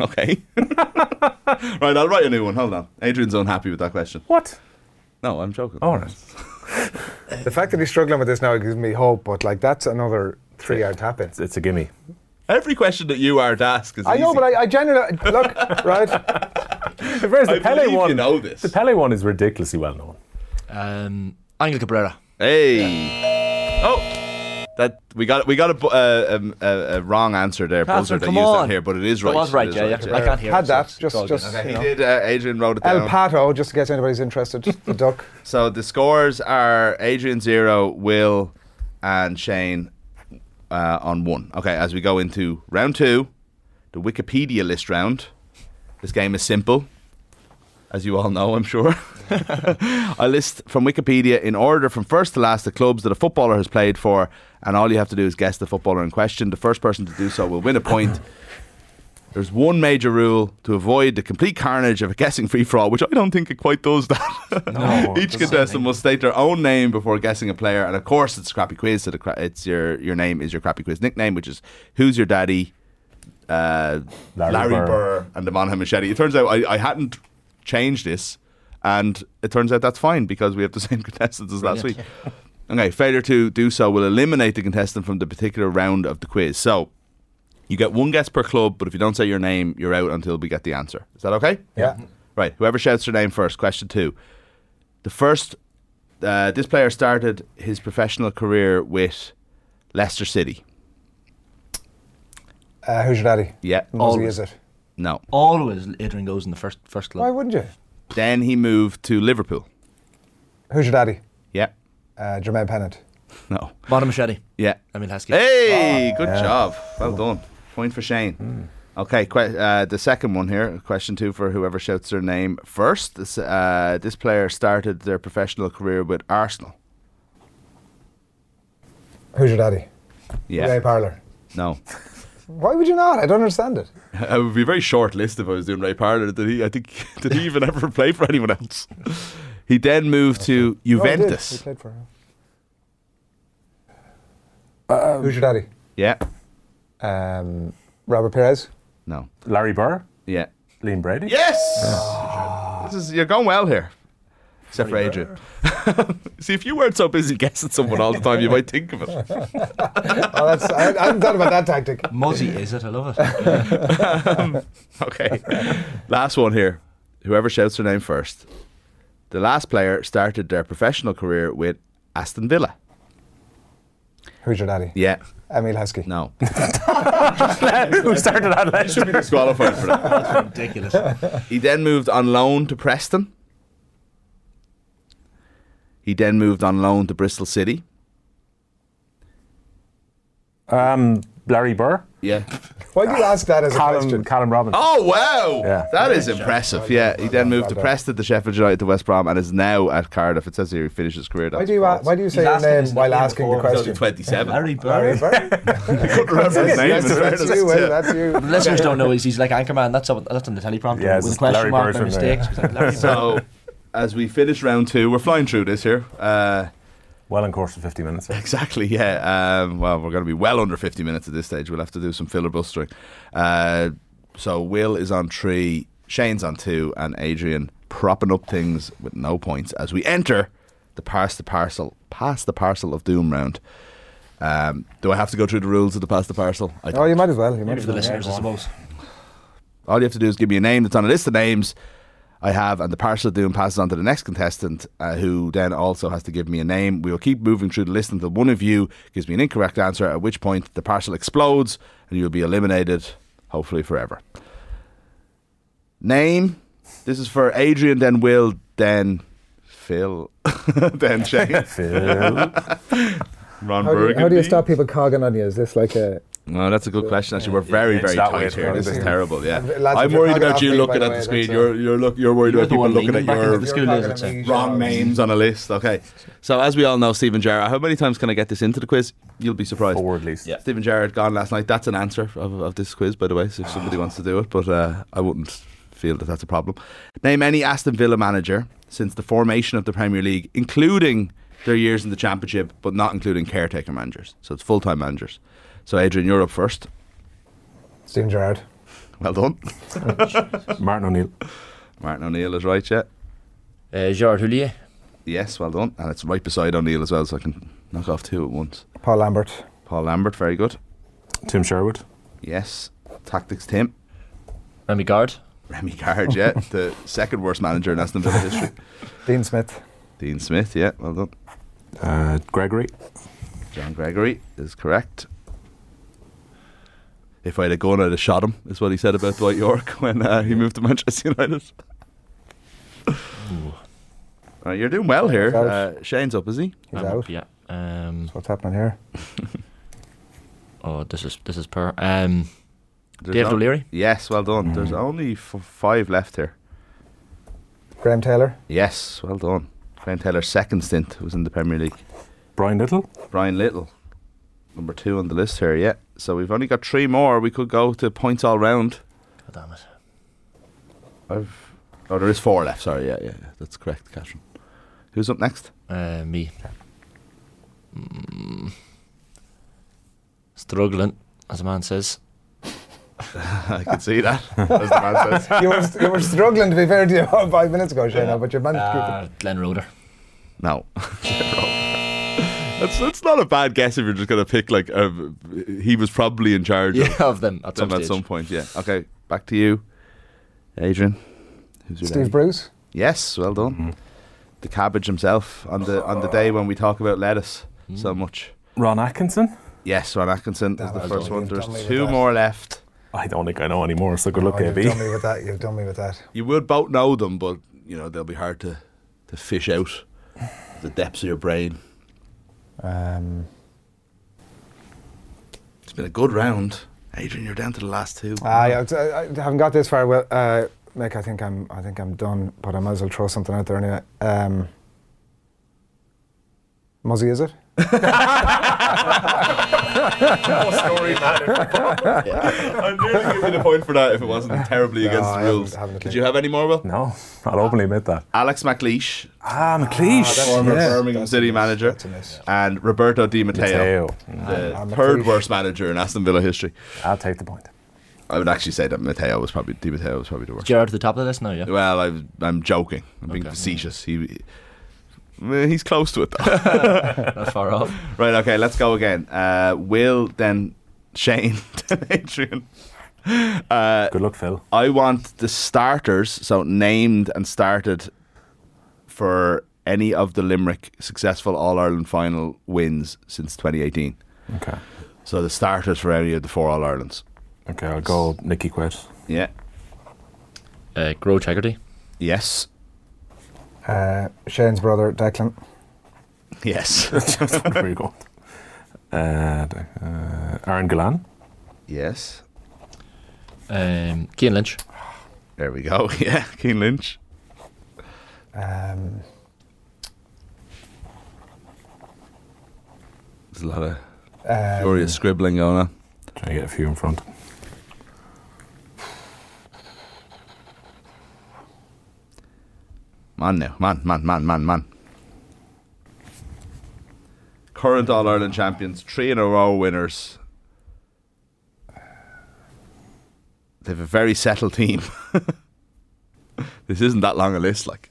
[SPEAKER 8] Okay. [LAUGHS] right, I'll write a new one. Hold on. Adrian's unhappy with that question.
[SPEAKER 10] What? Oh,
[SPEAKER 8] No, I'm joking.
[SPEAKER 9] Oh.
[SPEAKER 10] All right.
[SPEAKER 9] The fact that he's struggling with this now gives me hope, but like that's another three-hour tap in.
[SPEAKER 10] It's, it's a gimme.
[SPEAKER 8] Every question that you are to ask is
[SPEAKER 9] I know, but I, I genuinely look right.
[SPEAKER 10] Whereas
[SPEAKER 8] [LAUGHS]
[SPEAKER 10] the
[SPEAKER 8] I
[SPEAKER 10] Pele
[SPEAKER 8] believe you
[SPEAKER 10] one,
[SPEAKER 8] know this.
[SPEAKER 10] the Pele one is ridiculously well known.
[SPEAKER 5] Um, Angel Cabrera.
[SPEAKER 8] Hey. Oh. That we got we got a, bu- uh, um, a, a wrong answer there,
[SPEAKER 5] Catherine,
[SPEAKER 8] buzzer that
[SPEAKER 5] come
[SPEAKER 8] used
[SPEAKER 5] on.
[SPEAKER 8] that here, but it is
[SPEAKER 5] That
[SPEAKER 8] right.
[SPEAKER 5] was right,
[SPEAKER 8] It is
[SPEAKER 5] yeah, yeah. I can't hear
[SPEAKER 9] Had
[SPEAKER 5] it, so
[SPEAKER 9] that,
[SPEAKER 5] it's- it's
[SPEAKER 9] just-
[SPEAKER 5] all good.
[SPEAKER 9] just,
[SPEAKER 8] Okay.
[SPEAKER 9] you
[SPEAKER 8] [LAUGHS]
[SPEAKER 9] know.
[SPEAKER 8] He did. Uh, Adrian wrote it down.
[SPEAKER 9] El Pato, just in case anybody's interested, the duck.
[SPEAKER 8] So the scores are Adrian zero, Will, and Shane uh, on one. Okay, as we go into round two, the Wikipedia list round. This game is simple, as you all know, I'm sure. [LAUGHS] I list from Wikipedia in order from first to last the clubs that a footballer has played for, and all you have to do is guess the footballer in question. The first person to do so will win a point. There's one major rule to avoid the complete carnage of a guessing free for all, which I don't think it quite does that. [LAUGHS] Each contestant must state their own name before guessing a player, and of course it's crappy quiz. So the cra- it's your your name is your crappy quiz nickname, which is who's your daddy, uh, Larry,
[SPEAKER 10] Larry
[SPEAKER 8] Burr.
[SPEAKER 10] Burr.
[SPEAKER 8] and the Monaghan Machete. It turns out I, I hadn't changed this, and it turns out that's fine because we have the [LAUGHS] same contestants as last week.
[SPEAKER 10] [LAUGHS]
[SPEAKER 8] Okay, failure to do so will eliminate the contestant from the particular round of the quiz. So you get one guess per club, but if you don't say your name, you're out until we get the answer. Is that okay?
[SPEAKER 9] Yeah.
[SPEAKER 8] Right. Whoever shouts their name first. Question two. The first, uh, this player started his professional career with Leicester City.
[SPEAKER 9] Uh, who's your daddy?
[SPEAKER 8] Yeah.
[SPEAKER 10] Oh.
[SPEAKER 9] Mosey,
[SPEAKER 5] always.
[SPEAKER 9] is it?
[SPEAKER 8] No.
[SPEAKER 5] Always Adrian goes in the first first
[SPEAKER 9] Why
[SPEAKER 5] club.
[SPEAKER 9] wouldn't you?
[SPEAKER 8] Then he moved to Liverpool.
[SPEAKER 9] Who's your daddy?
[SPEAKER 8] Yeah.
[SPEAKER 9] Uh, Jermaine Pennant.
[SPEAKER 8] No.
[SPEAKER 5] Bottom machete.
[SPEAKER 8] Yeah.
[SPEAKER 5] I mean Heskey.
[SPEAKER 8] Hey,
[SPEAKER 9] Oh,
[SPEAKER 8] good job. Well done. Point for Shane.
[SPEAKER 9] Hmm.
[SPEAKER 8] Okay, que- uh, the second one here, question two for whoever shouts their name first. This, uh, this player started their professional career with Arsenal.
[SPEAKER 9] Who's your daddy? Ray
[SPEAKER 8] Yeah.
[SPEAKER 9] Parlour. [LAUGHS]
[SPEAKER 8] No. [LAUGHS]
[SPEAKER 9] Why would you not? I don't understand it.
[SPEAKER 8] It would be a very short list if I was doing Ray Parler. Did he? I think [LAUGHS] did he even ever play for anyone else? [LAUGHS] He then moved to
[SPEAKER 9] Oh, he did. He
[SPEAKER 8] Juventus.
[SPEAKER 9] played for him. Who's your daddy?
[SPEAKER 8] yeah.
[SPEAKER 9] Um, Robert Perez.
[SPEAKER 8] No.
[SPEAKER 10] Larry Burr,
[SPEAKER 8] Yeah.
[SPEAKER 10] Liam Brady.
[SPEAKER 8] Yes. This is you're going well here. Except for Adrian. [LAUGHS] See, if you weren't so busy guessing someone all the time, you might think of it.
[SPEAKER 9] Oh, that's I, I hadn't thought about that tactic.
[SPEAKER 5] Muzzy is it? I love
[SPEAKER 9] [LAUGHS]
[SPEAKER 5] it.
[SPEAKER 8] Okay. Last one here. Whoever shouts their name first. The last player started their professional career with Aston Villa.
[SPEAKER 9] Who's your daddy?
[SPEAKER 8] Yeah.
[SPEAKER 9] Emil Heskey.
[SPEAKER 8] No.
[SPEAKER 10] [LAUGHS] Who started that legend?
[SPEAKER 8] Disqualified for that.
[SPEAKER 5] Ridiculous.
[SPEAKER 8] He then moved on loan to Preston. He then moved on loan to Bristol City.
[SPEAKER 10] Um, [LAUGHS] Larry Burr,
[SPEAKER 8] Yeah.
[SPEAKER 9] Why do you ask that as a
[SPEAKER 10] Callum,
[SPEAKER 9] question?
[SPEAKER 10] Callum Robinson.
[SPEAKER 8] Oh wow!
[SPEAKER 10] Yeah.
[SPEAKER 8] That is impressive. Yeah. He then moved to
[SPEAKER 9] done.
[SPEAKER 8] Preston, to Sheffield United, to West Brom, and is now at Cardiff. It says here he finished his career.
[SPEAKER 9] Why do you a- Why do you say
[SPEAKER 5] He's
[SPEAKER 9] your
[SPEAKER 5] asking
[SPEAKER 9] name
[SPEAKER 5] his
[SPEAKER 9] while
[SPEAKER 5] name
[SPEAKER 9] asking the
[SPEAKER 5] before.
[SPEAKER 9] question?
[SPEAKER 8] twenty-seven.
[SPEAKER 9] [LAUGHS]
[SPEAKER 5] Larry
[SPEAKER 9] Barry,
[SPEAKER 5] Burry.
[SPEAKER 9] Barry?
[SPEAKER 8] couldn't remember his
[SPEAKER 9] [LAUGHS]
[SPEAKER 8] name.
[SPEAKER 9] Yes,
[SPEAKER 8] in
[SPEAKER 9] that's
[SPEAKER 8] fairness.
[SPEAKER 9] you. Will,
[SPEAKER 8] Yeah.
[SPEAKER 9] that's you.
[SPEAKER 5] Listeners don't know he's, he's like Anchorman. That's up, that's on the teleprompter
[SPEAKER 10] Yeah,
[SPEAKER 5] with
[SPEAKER 10] it's
[SPEAKER 5] a question
[SPEAKER 10] Larry
[SPEAKER 5] mark and
[SPEAKER 10] Burr's in there.
[SPEAKER 5] mistakes. He's like,
[SPEAKER 9] eh?
[SPEAKER 5] Larry Burr.
[SPEAKER 8] So, as we finish round two, we're flying through this here. Uh,
[SPEAKER 10] Well, in course of 50
[SPEAKER 8] [LAUGHS]
[SPEAKER 10] minutes.
[SPEAKER 8] Exactly, yeah. Um, well, we're going to be well under 50 minutes at this stage. We'll have to do some filibustering. Uh, so, Will is on three, Shane's on two, and Adrian propping up things with no points as we enter the pass the parcel, pass the parcel of doom round. Um, do I have to go through the rules of the pass the parcel?
[SPEAKER 9] [LAUGHS]
[SPEAKER 8] I
[SPEAKER 9] Oh,
[SPEAKER 8] don't.
[SPEAKER 9] you might as well. You might
[SPEAKER 5] Maybe
[SPEAKER 9] as
[SPEAKER 5] for the
[SPEAKER 9] well.
[SPEAKER 5] listeners, I suppose.
[SPEAKER 8] All you have to do is give me a name that's on a list of names I have, and the parcel of doom passes on to the next contestant, uh, who then also has to give me a name. We will keep moving through the list until one of you gives me an incorrect answer, at which point the parcel explodes and you'll be eliminated, hopefully forever. Name. This is for Adrian, then Will, then Phil, [LAUGHS]
[SPEAKER 9] [LAUGHS]
[SPEAKER 8] then Shane. [LAUGHS]
[SPEAKER 10] Phil.
[SPEAKER 8] Ron
[SPEAKER 9] How do, you,
[SPEAKER 8] Burgundy.
[SPEAKER 9] how do you stop people cogging on you? Is this like a
[SPEAKER 8] No, that's a good question. Actually, we're very,
[SPEAKER 10] it's
[SPEAKER 8] very
[SPEAKER 10] that way,
[SPEAKER 8] tight
[SPEAKER 10] it's
[SPEAKER 8] here.
[SPEAKER 10] probably
[SPEAKER 8] This is
[SPEAKER 10] been-
[SPEAKER 8] terrible. Yeah,
[SPEAKER 9] lads,
[SPEAKER 8] I'm
[SPEAKER 9] if you're
[SPEAKER 8] worried
[SPEAKER 9] hogging
[SPEAKER 8] about
[SPEAKER 9] off
[SPEAKER 8] you
[SPEAKER 9] me, by
[SPEAKER 8] looking
[SPEAKER 9] the way,
[SPEAKER 8] at the
[SPEAKER 9] that's
[SPEAKER 8] screen.
[SPEAKER 9] a-
[SPEAKER 8] You're, you're, look, you're worried
[SPEAKER 5] You're
[SPEAKER 8] about
[SPEAKER 5] the
[SPEAKER 8] people
[SPEAKER 5] one
[SPEAKER 8] looking at
[SPEAKER 5] leaning back into
[SPEAKER 8] your
[SPEAKER 5] the school days, I'd say.
[SPEAKER 8] wrong names on a list. Okay, so as we all know, Stephen Gerrard. How many times can I get this into the quiz? You'll be surprised.
[SPEAKER 10] Forward, at least.
[SPEAKER 8] Yeah. Stephen Gerrard gone last night. That's an answer of, of this quiz, by the way. So if somebody wants to do it, but uh, I wouldn't feel that that's a problem. Name any Aston Villa manager since the formation of the Premier League, including their years in the Championship, but not including caretaker managers. So it's full time managers. So Adrian, you're up first.
[SPEAKER 9] Stephen Gerrard?
[SPEAKER 8] Well done. [LAUGHS]
[SPEAKER 10] Martin O'Neill.
[SPEAKER 8] Martin O'Neill is right, yeah.
[SPEAKER 5] Uh, Gerard Houllier.
[SPEAKER 8] Yes, well done. And it's right beside O'Neill as well, so I can knock off two at once.
[SPEAKER 9] Paul Lambert?
[SPEAKER 8] Paul Lambert, very good.
[SPEAKER 10] Tim Sherwood.
[SPEAKER 8] Yes. Tactics Tim.
[SPEAKER 5] Remy Gard.
[SPEAKER 8] Remy Gard, yeah. the second worst manager in Aston Villa history.
[SPEAKER 9] Dean Smith?
[SPEAKER 8] Dean Smith, yeah, well done.
[SPEAKER 10] Uh, Gregory.
[SPEAKER 8] John Gregory is correct. If I had a gun, I'd have shot him, is what he said about Dwight York [LAUGHS] when uh, he moved to Manchester United. Uh, you're doing well here.
[SPEAKER 9] Out.
[SPEAKER 8] Uh, Shane's up, is he?
[SPEAKER 9] He's out.
[SPEAKER 5] Yeah. Um,
[SPEAKER 9] What's happening here?
[SPEAKER 5] oh, this is this is per. Um,
[SPEAKER 8] There's
[SPEAKER 5] David
[SPEAKER 8] no-
[SPEAKER 5] O'Leary.
[SPEAKER 8] Yes, well done. There's only f- five left here.
[SPEAKER 9] Graham Taylor.
[SPEAKER 8] Yes, well done. Graham Taylor's second stint was in the Premier League.
[SPEAKER 10] Brian Little?
[SPEAKER 8] Brian Little, number two on the list here, yeah. So we've only got three more. We could go to points all round.
[SPEAKER 5] God damn it.
[SPEAKER 8] I've oh, there is four left. Sorry, yeah, yeah, yeah. that's correct, Catherine. Who's up next? [LAUGHS]
[SPEAKER 5] Uh, me. Mm. Struggling, as a man says.
[SPEAKER 8] I can see that. [LAUGHS] as the man says.
[SPEAKER 9] You were, you were struggling to be fair to you about five minutes ago, Shane, but you managed to keep it.
[SPEAKER 5] Uh, Glenn Roder.
[SPEAKER 8] [LAUGHS] No. that's that's not a bad guess if you're just gonna pick like a, he was probably in charge
[SPEAKER 5] Yeah,
[SPEAKER 8] of
[SPEAKER 5] of them at some
[SPEAKER 8] them at
[SPEAKER 5] stage.
[SPEAKER 8] some point. Yeah. Okay, back to you, Adrian. Who's your
[SPEAKER 9] Steve
[SPEAKER 8] daddy?
[SPEAKER 9] Bruce.
[SPEAKER 8] Yes, well done.
[SPEAKER 5] Mm-hmm.
[SPEAKER 8] The cabbage himself on the on the day when we talk about lettuce so
[SPEAKER 5] Mm.
[SPEAKER 8] much.
[SPEAKER 10] Ron Atkinson?
[SPEAKER 8] Yes, Ron Atkinson is the
[SPEAKER 9] was
[SPEAKER 8] first
[SPEAKER 9] dumb.
[SPEAKER 8] one.
[SPEAKER 9] You've
[SPEAKER 8] There's
[SPEAKER 9] done me with
[SPEAKER 8] two
[SPEAKER 9] that.
[SPEAKER 8] more left.
[SPEAKER 10] I don't think I know anymore, so good luck,
[SPEAKER 9] Oh, you've done
[SPEAKER 10] AB.
[SPEAKER 9] me with that. You've done me with that.
[SPEAKER 8] You would both know them, but you know they'll be hard to to fish out the depths of your brain.
[SPEAKER 9] Um,
[SPEAKER 8] It's been a good round, Adrian. You're down to the last two.
[SPEAKER 9] I, I, I haven't got this far. Well, uh, Mick, I think I'm. I think I'm done. But I might as well throw something out there anyway. Um, Muzzy, is it?
[SPEAKER 8] I'm nearly giving a point for that if
[SPEAKER 9] [LAUGHS]
[SPEAKER 8] it wasn't terribly
[SPEAKER 9] No,
[SPEAKER 8] against
[SPEAKER 9] I
[SPEAKER 8] the
[SPEAKER 9] haven't-
[SPEAKER 8] rules.
[SPEAKER 9] haven't a
[SPEAKER 8] Did
[SPEAKER 9] clue.
[SPEAKER 8] you have any more, Will?
[SPEAKER 10] No, I'll openly admit that.
[SPEAKER 8] Alex McLeish,
[SPEAKER 10] Ah, McLeish.
[SPEAKER 8] former
[SPEAKER 9] yes.
[SPEAKER 8] Birmingham
[SPEAKER 9] That's a
[SPEAKER 8] City
[SPEAKER 9] miss.
[SPEAKER 8] manager,
[SPEAKER 9] That's a miss.
[SPEAKER 8] and Roberto Di Matteo,
[SPEAKER 10] Matteo.
[SPEAKER 8] the
[SPEAKER 9] Ah,
[SPEAKER 8] third
[SPEAKER 9] McLeish.
[SPEAKER 8] worst manager in Aston Villa history.
[SPEAKER 10] I'll take the point.
[SPEAKER 8] I would actually say that Matteo was probably Di Matteo was probably the worst.
[SPEAKER 5] Gerard at the top of the list now, yeah?
[SPEAKER 8] Well, I, I'm joking. I'm being
[SPEAKER 5] Okay.
[SPEAKER 8] facetious. He, Eh, he's close to it though.
[SPEAKER 5] Not far off.
[SPEAKER 8] right. Okay. Let's go again. Uh, Will then Shane [LAUGHS] then Adrian. Uh,
[SPEAKER 10] Good luck, Phil.
[SPEAKER 8] I want the starters, so named and started for any of the Limerick successful All Ireland final wins since 2018.
[SPEAKER 10] Okay.
[SPEAKER 8] So the starters for any of the four All Irelands.
[SPEAKER 10] Okay, I'll go Nicky Quet. [LAUGHS]
[SPEAKER 8] Yeah.
[SPEAKER 5] [LAUGHS] Uh, Gro Haggerty.
[SPEAKER 8] Yes. [LAUGHS]
[SPEAKER 9] Uh, [LAUGHS] Shane's brother, Declan.
[SPEAKER 8] Yes. [LAUGHS]
[SPEAKER 10] Just where you go. Uh, d- uh, Aaron Galan.
[SPEAKER 8] yes.
[SPEAKER 5] Um, Keane Lynch.
[SPEAKER 8] There we go. [LAUGHS] Yeah. Keane Lynch.
[SPEAKER 9] Um,
[SPEAKER 8] There's a lot of
[SPEAKER 9] uh,
[SPEAKER 8] furious scribbling going on.
[SPEAKER 10] Trying to get a few in front.
[SPEAKER 8] Man now, man, man, man, man, man. Current All Ireland champions, three in a row winners. They have a very settled team. [LAUGHS] this isn't that long a list, like.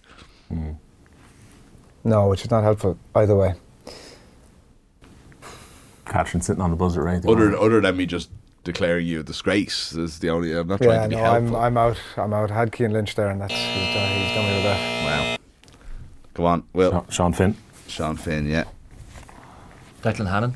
[SPEAKER 9] no, which is not helpful either way.
[SPEAKER 10] Catherine sitting on the buzzer right there.
[SPEAKER 8] Other other than me just declaring you a disgrace is the only. I'm not trying
[SPEAKER 9] Yeah,
[SPEAKER 8] to be
[SPEAKER 9] no, I'm,
[SPEAKER 8] helpful.
[SPEAKER 9] I'm out. I'm out. Had Keane Lynch there, and that's he's done, he's done me with that.
[SPEAKER 8] Wow. Go on, Will,
[SPEAKER 10] Sean- Sean Finn.
[SPEAKER 8] Sean Finn. Yeah,
[SPEAKER 5] Declan Hannon.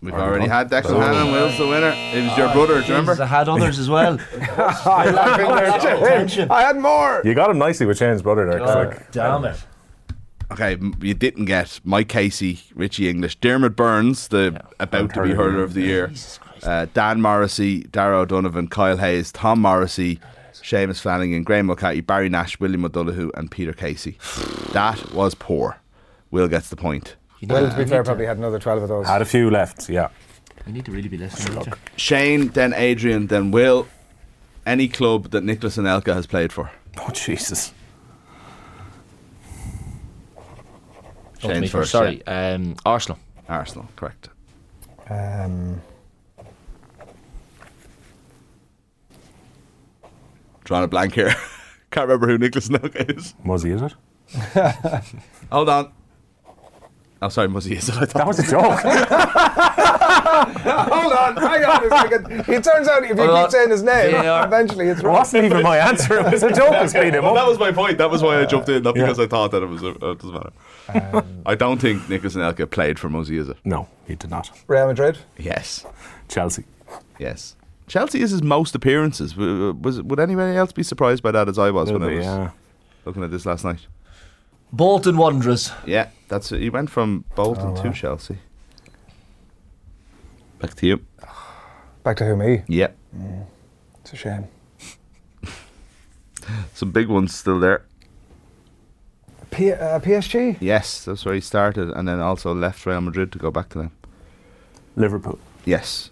[SPEAKER 8] we've
[SPEAKER 10] Already
[SPEAKER 8] already
[SPEAKER 10] gone.
[SPEAKER 8] had Declan Hannon. Will's the winner. It was your brother. Do you
[SPEAKER 5] Jesus, I
[SPEAKER 8] remember?
[SPEAKER 5] had others as well. [LAUGHS]
[SPEAKER 9] I had more.
[SPEAKER 10] You got him nicely with Shane's brother there. 'cause,
[SPEAKER 5] God
[SPEAKER 10] like,
[SPEAKER 5] Oh, damn it.
[SPEAKER 8] Okay, m- you didn't get Mike Casey, Richie English, Dermot Burns, the about to be
[SPEAKER 10] Hurler.
[SPEAKER 8] hurler of the year, uh, Dan Morrissey, Darrow O'Donovan, Kyle Hayes, Tom Morrissey, Seamus Flanagan, Graham Mulcahy, Barry Nash, William O'Donoghue, and Peter Casey. that was poor. Will gets the point.
[SPEAKER 5] You
[SPEAKER 9] Well,
[SPEAKER 5] need
[SPEAKER 9] to
[SPEAKER 5] we
[SPEAKER 9] be fair,
[SPEAKER 5] need
[SPEAKER 9] probably had another twelve of those.
[SPEAKER 10] had a few left, yeah.
[SPEAKER 5] We need to really be listening. don't you?
[SPEAKER 8] Shane, then Adrian, then Will. Any club that Nicholas and Elka has played for?
[SPEAKER 10] Oh, Jesus.
[SPEAKER 5] Oh,
[SPEAKER 8] Shane's
[SPEAKER 5] me
[SPEAKER 8] first,
[SPEAKER 5] Sorry. Um, Arsenal.
[SPEAKER 8] Arsenal, correct.
[SPEAKER 9] Um,
[SPEAKER 8] Drawing a blank here. [LAUGHS] Can't remember who Nicholas and Elka is.
[SPEAKER 10] Muzzy, is it?
[SPEAKER 8] Hold on. Oh, sorry, Muzzy is [LAUGHS] it? I thought-
[SPEAKER 10] That was a joke.
[SPEAKER 9] Hold on, hang on a second. It turns out if you
[SPEAKER 5] Hold on.
[SPEAKER 9] keep saying his name,
[SPEAKER 5] They are-
[SPEAKER 9] eventually it's
[SPEAKER 10] it
[SPEAKER 9] wrong.
[SPEAKER 10] wasn't even my answer. It was a joke that's beat him
[SPEAKER 8] Well, that
[SPEAKER 10] up.
[SPEAKER 8] was my point. That was why I jumped in, not
[SPEAKER 10] Oh. Yeah. Um,
[SPEAKER 8] because I thought that it was. A, it doesn't matter. I don't think Nicholas Anelka played for Muzzy, is it?
[SPEAKER 10] No, he did not.
[SPEAKER 9] Real Madrid.
[SPEAKER 8] Yes.
[SPEAKER 10] Chelsea.
[SPEAKER 8] Yes. Chelsea is his most appearances. W- w- Was, would anybody else be surprised by that as I was when I
[SPEAKER 10] Maybe,
[SPEAKER 8] was
[SPEAKER 10] yeah.
[SPEAKER 8] looking at this last night?
[SPEAKER 5] Bolton Wanderers.
[SPEAKER 8] Yeah, that's it. He went from Bolton
[SPEAKER 10] Oh,
[SPEAKER 8] to Chelsea. Back to you.
[SPEAKER 9] Back to who me?
[SPEAKER 8] Yeah.
[SPEAKER 9] It's a shame.
[SPEAKER 8] Some big ones still there.
[SPEAKER 9] P- uh, PSG.
[SPEAKER 8] Yes, that's where he started and then also left Real Madrid to go back to them.
[SPEAKER 10] Liverpool.
[SPEAKER 8] Yes.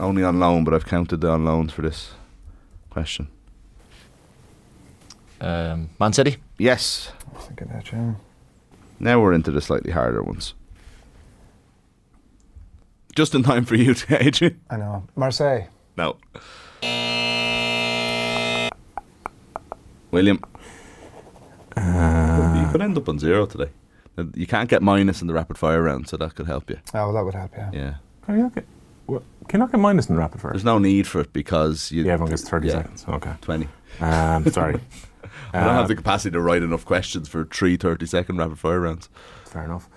[SPEAKER 8] Only on loan, but I've counted the on loans for this question.
[SPEAKER 5] Um, Man City.
[SPEAKER 8] Yes.
[SPEAKER 9] I was thinking that. Yeah.
[SPEAKER 8] Now we're into the slightly harder ones. Just in time for you, [LAUGHS] Adrian.
[SPEAKER 9] I know. Marseille.
[SPEAKER 8] No. William.
[SPEAKER 10] Uh.
[SPEAKER 8] you could end up on zero today. Uh, You can't get minus in the rapid fire round, so that could help you.
[SPEAKER 9] Oh, well, that would help. Yeah.
[SPEAKER 8] Yeah.
[SPEAKER 10] Are you okay? Well, can you not get minus in rapid fire?
[SPEAKER 8] There's no need for it because you.
[SPEAKER 10] Yeah, everyone gets 30
[SPEAKER 8] yeah,
[SPEAKER 10] seconds. Okay.
[SPEAKER 8] 20.
[SPEAKER 10] Um,
[SPEAKER 8] [LAUGHS]
[SPEAKER 10] sorry.
[SPEAKER 8] I don't
[SPEAKER 10] Uh,
[SPEAKER 8] have the capacity to write enough questions for three 30 second rapid fire rounds.
[SPEAKER 10] Fair enough.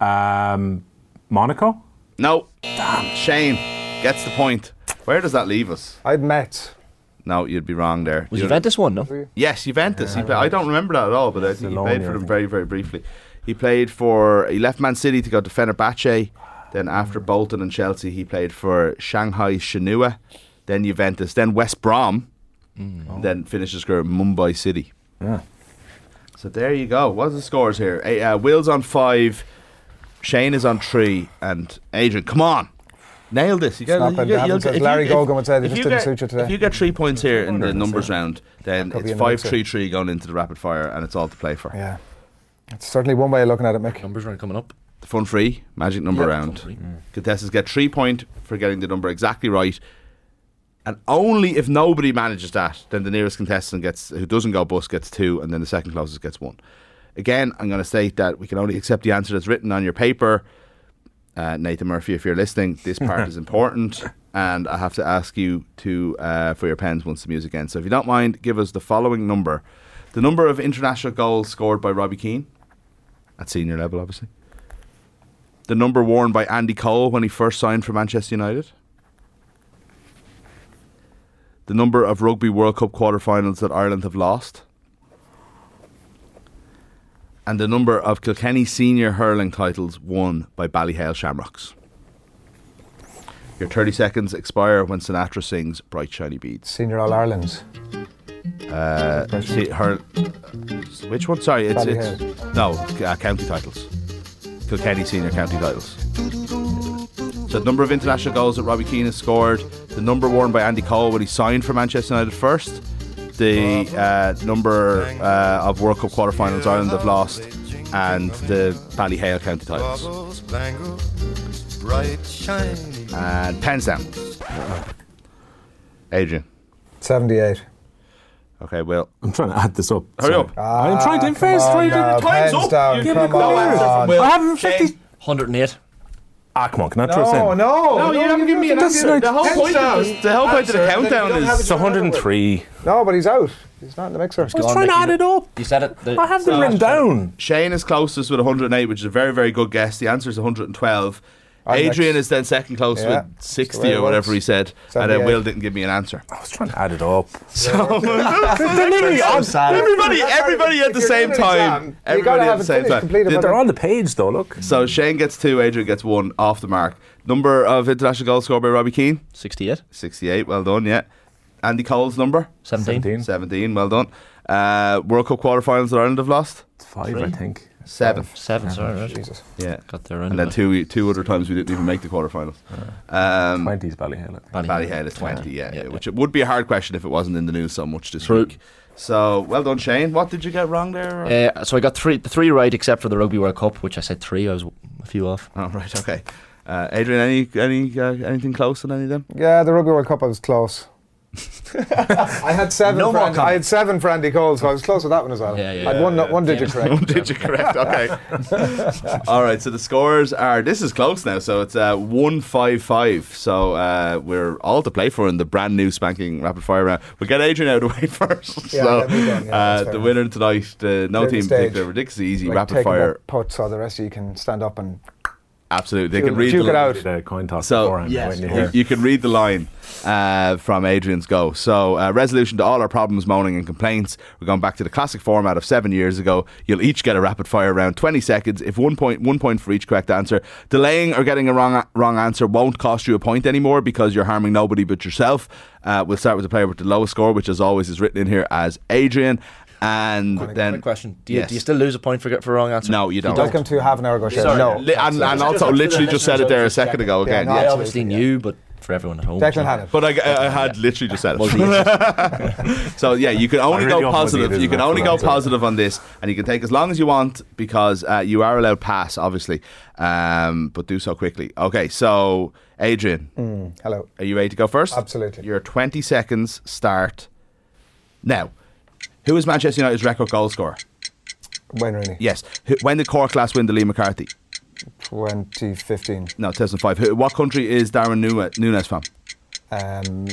[SPEAKER 10] Um, Monaco?
[SPEAKER 8] No. Damn. Shane gets the point. Where does that leave us?
[SPEAKER 9] I'd met.
[SPEAKER 8] No, you'd be wrong there.
[SPEAKER 5] Was
[SPEAKER 8] You're-
[SPEAKER 5] Juventus one, no?
[SPEAKER 8] Yes, Juventus. he play, I don't remember that at all, but I think he
[SPEAKER 10] Zalone,
[SPEAKER 8] played
[SPEAKER 10] I
[SPEAKER 8] for them
[SPEAKER 10] think.
[SPEAKER 8] very, very briefly. He played for he left Man City to go to Fenerbahce. Then
[SPEAKER 9] Mm.
[SPEAKER 8] after Bolton and Chelsea, he played for Shanghai Shenhua, then Juventus, then West Brom,
[SPEAKER 9] Mm.
[SPEAKER 5] Oh.
[SPEAKER 8] then finished his career at Mumbai City.
[SPEAKER 10] Yeah.
[SPEAKER 8] So there you go. What are the scores here? A- Uh, Will's on five, Shane is on three, and Adrian, come on, nail this. You
[SPEAKER 9] not bad. It happens, as Larry Gogan would say, they
[SPEAKER 8] if
[SPEAKER 9] just
[SPEAKER 8] you
[SPEAKER 9] didn't
[SPEAKER 8] get-
[SPEAKER 9] suit you today.
[SPEAKER 8] If you get three points here in the
[SPEAKER 10] Wondering,
[SPEAKER 8] numbers round, then
[SPEAKER 9] Could be
[SPEAKER 8] it's
[SPEAKER 9] an answer.
[SPEAKER 8] five three three going into the rapid fire, and it's all to play for.
[SPEAKER 9] Yeah. It's certainly one way of looking at it, Mick.
[SPEAKER 5] Numbers are coming up.
[SPEAKER 8] The fun free magic number
[SPEAKER 5] Yeah,
[SPEAKER 8] round.
[SPEAKER 5] fun free. Mm.
[SPEAKER 8] Contestants get three point for getting the number exactly right, and only if nobody manages that, then the nearest contestant gets who doesn't go bust gets two, and then the second closest gets one. Again, I'm going to state that we can only accept the answer that's written on your paper. Uh, Nathan Murphy, if you're listening, this part
[SPEAKER 5] [LAUGHS]
[SPEAKER 8] is important, and I have to ask you to uh, for your pens once the music ends. So, if you don't mind, give us the following number: the number of international goals scored by Robbie Keane at senior level, obviously. The number worn by Andy Cole when he first signed for Manchester United. The number of Rugby World Cup quarterfinals that Ireland have lost. And the number of Kilkenny senior hurling titles won by Ballyhale Shamrocks. Your 30 seconds expire when Sinatra sings Bright Shiny Beads.
[SPEAKER 9] Senior All Ireland.
[SPEAKER 8] Uh, see, her, which one? Sorry, it's, it's no uh, county titles. Kilkenny senior county titles. So the number of international goals that Robbie Keane has scored, the number worn by Andy Cole when he signed for Manchester United first, the uh, number uh, of World Cup quarterfinals Ireland have lost, and the Ballyhale county titles. And pens down. Adrian.
[SPEAKER 9] 78.
[SPEAKER 8] Okay, Will.
[SPEAKER 10] I'm trying to add this up.
[SPEAKER 8] Hurry
[SPEAKER 10] Sorry.
[SPEAKER 8] up.
[SPEAKER 10] I'm trying to
[SPEAKER 9] Ah, come
[SPEAKER 10] invest.
[SPEAKER 9] on
[SPEAKER 10] Trying
[SPEAKER 9] now,
[SPEAKER 10] to time's
[SPEAKER 9] pens
[SPEAKER 10] up.
[SPEAKER 9] down,
[SPEAKER 10] Give me a
[SPEAKER 9] come
[SPEAKER 10] good
[SPEAKER 9] on.
[SPEAKER 10] answer from Will. I haven't 50.
[SPEAKER 5] 108.
[SPEAKER 10] Ah, come on. Can I
[SPEAKER 8] Oh,
[SPEAKER 10] throw us in?
[SPEAKER 9] No, no, no,
[SPEAKER 8] me an
[SPEAKER 10] That's answer. like- The whole
[SPEAKER 9] Pens
[SPEAKER 10] point of
[SPEAKER 9] down.
[SPEAKER 8] The whole point
[SPEAKER 9] Answer,
[SPEAKER 8] of the
[SPEAKER 9] then you
[SPEAKER 8] countdown
[SPEAKER 9] don't
[SPEAKER 8] is-
[SPEAKER 9] have a
[SPEAKER 10] It's 103.
[SPEAKER 9] No, but he's out. He's not in the mixer.
[SPEAKER 10] I was
[SPEAKER 5] on,
[SPEAKER 10] trying to
[SPEAKER 5] Nicky.
[SPEAKER 10] add it up.
[SPEAKER 5] You said it. The,
[SPEAKER 10] I have them
[SPEAKER 5] the
[SPEAKER 10] written
[SPEAKER 5] last one.
[SPEAKER 10] down.
[SPEAKER 8] Shane is closest with 108, which is a very, very good guess. The answer is 112.
[SPEAKER 9] I'm
[SPEAKER 8] Adrian
[SPEAKER 9] next.
[SPEAKER 8] is then second closest
[SPEAKER 9] Yeah,
[SPEAKER 8] with
[SPEAKER 9] that's the
[SPEAKER 8] 60
[SPEAKER 9] way it
[SPEAKER 8] or whatever
[SPEAKER 9] works.
[SPEAKER 8] he said, and then
[SPEAKER 9] 78.
[SPEAKER 8] Will didn't give me
[SPEAKER 9] [LAUGHS]
[SPEAKER 8] an answer.
[SPEAKER 10] I was trying to add it up.
[SPEAKER 8] So
[SPEAKER 10] They're literally on-
[SPEAKER 8] everybody, everybody at
[SPEAKER 9] If
[SPEAKER 8] the
[SPEAKER 9] you're
[SPEAKER 8] same
[SPEAKER 9] doing an exam,
[SPEAKER 8] time.
[SPEAKER 9] you gotta
[SPEAKER 8] Everybody at
[SPEAKER 9] have
[SPEAKER 8] the
[SPEAKER 9] it
[SPEAKER 8] same
[SPEAKER 9] finished,
[SPEAKER 8] time.
[SPEAKER 9] completed by
[SPEAKER 8] Did-
[SPEAKER 10] They're on the page though. Look,
[SPEAKER 8] So Shane gets two, Adrian gets one off the mark. Number of international goals scored by Robbie Keane,
[SPEAKER 5] 68.
[SPEAKER 8] 68. Well done. Yeah. Andy Cole's number,
[SPEAKER 5] 17.
[SPEAKER 10] 17.
[SPEAKER 8] 17. Well done. Uh, World Cup quarterfinals that Ireland have lost,
[SPEAKER 10] It's five, I think.
[SPEAKER 8] seven.
[SPEAKER 5] 7, sorry. Right.
[SPEAKER 9] Jesus.
[SPEAKER 8] Yeah.
[SPEAKER 5] Got there around
[SPEAKER 8] And then
[SPEAKER 5] about.
[SPEAKER 8] two two other times we didn't even make the quarterfinals. Um,
[SPEAKER 10] Twenties Ballyhale. I think.
[SPEAKER 8] Ballyhale is 20, yeah, yeah, which it would be a hard question if it wasn't in the news so much this
[SPEAKER 5] True.
[SPEAKER 8] week. So, well done, Shane. What did you get wrong there? All
[SPEAKER 5] Uh, so I got three, the three right except for the Rugby World Cup, which I said three. I was a few off.
[SPEAKER 8] Oh, right, okay. Uh, Adrian, any any uh, anything close on any of them? [LAUGHS]
[SPEAKER 9] Yeah, the Rugby World Cup I was close. I had seven.
[SPEAKER 8] No
[SPEAKER 9] for
[SPEAKER 8] more
[SPEAKER 9] Andy- I had seven for Andy Cole, so I was close with that one as well.
[SPEAKER 8] Yeah, yeah,
[SPEAKER 9] I had
[SPEAKER 8] yeah,
[SPEAKER 9] one,
[SPEAKER 8] yeah.
[SPEAKER 9] one digit correct.
[SPEAKER 8] [LAUGHS] One digit correct. Okay. [LAUGHS] All right. So the scores are. This is close now. So it's uh, one five five. So uh, we're all to play for in the brand new spanking rapid fire round. We get Adrian out of the way [LAUGHS] first.
[SPEAKER 9] Yeah,
[SPEAKER 8] so
[SPEAKER 9] let me down, yeah,
[SPEAKER 8] uh,
[SPEAKER 9] that's fair
[SPEAKER 8] the winner tonight, the no
[SPEAKER 9] Clear the
[SPEAKER 8] team in
[SPEAKER 9] stage.
[SPEAKER 8] particular, ridiculously easy
[SPEAKER 9] Like
[SPEAKER 8] rapid
[SPEAKER 9] taking
[SPEAKER 8] fire.
[SPEAKER 9] that Putt, so the rest of you can stand up and
[SPEAKER 8] Absolutely, they
[SPEAKER 9] Duke-
[SPEAKER 8] can read
[SPEAKER 9] duke
[SPEAKER 8] the
[SPEAKER 9] it out.
[SPEAKER 10] The coin toss
[SPEAKER 8] So
[SPEAKER 10] beforehand, when you're
[SPEAKER 8] you,
[SPEAKER 10] here.
[SPEAKER 8] you can read the line uh, from Adrian's go. So uh, resolution to all our problems, moaning and complaints. We're going back to the classic format of seven years ago. You'll each get a rapid fire round, twenty seconds. If one point, one point for each correct answer. Delaying or getting a wrong wrong answer won't cost you a point anymore because you're harming nobody but yourself. Uh, we'll start with the player with the lowest score, which as always is written in here as Adrian. And then
[SPEAKER 5] Quick question. Do you,
[SPEAKER 8] Yes.
[SPEAKER 5] do you still lose a point for, for wrong answer?
[SPEAKER 8] No, you don't.
[SPEAKER 9] welcome to half an hour ago. Shane.
[SPEAKER 5] Sorry.
[SPEAKER 9] No,
[SPEAKER 8] Li- and, and also, literally just said it there a second ago again.
[SPEAKER 9] no,
[SPEAKER 8] yeah.
[SPEAKER 5] I
[SPEAKER 9] Absolutely,
[SPEAKER 5] obviously knew, but for everyone at home.
[SPEAKER 9] Declan had it.
[SPEAKER 8] But I, I, I had literally just said
[SPEAKER 5] Was
[SPEAKER 8] it. [LAUGHS] so yeah, you can only
[SPEAKER 10] really
[SPEAKER 8] go
[SPEAKER 10] don't want to do
[SPEAKER 8] positive.
[SPEAKER 10] this
[SPEAKER 8] You can
[SPEAKER 10] now,
[SPEAKER 8] only go
[SPEAKER 10] so-
[SPEAKER 8] positive on this, and you can take as long as you want because uh, you are allowed pass, obviously. Um, but do so quickly. Okay, so Adrian,
[SPEAKER 9] Hello.
[SPEAKER 8] are you ready to go first?
[SPEAKER 9] Mm. Absolutely.
[SPEAKER 8] Your twenty seconds start now. Who is Manchester United's record goal scorer?
[SPEAKER 9] Wayne Rooney.
[SPEAKER 8] Yes. Who, when did Cork last win the Lee McCarthy?
[SPEAKER 9] 2015.
[SPEAKER 8] No, 2005. Who, what country is Darren Nune- Nunes from?
[SPEAKER 9] Um,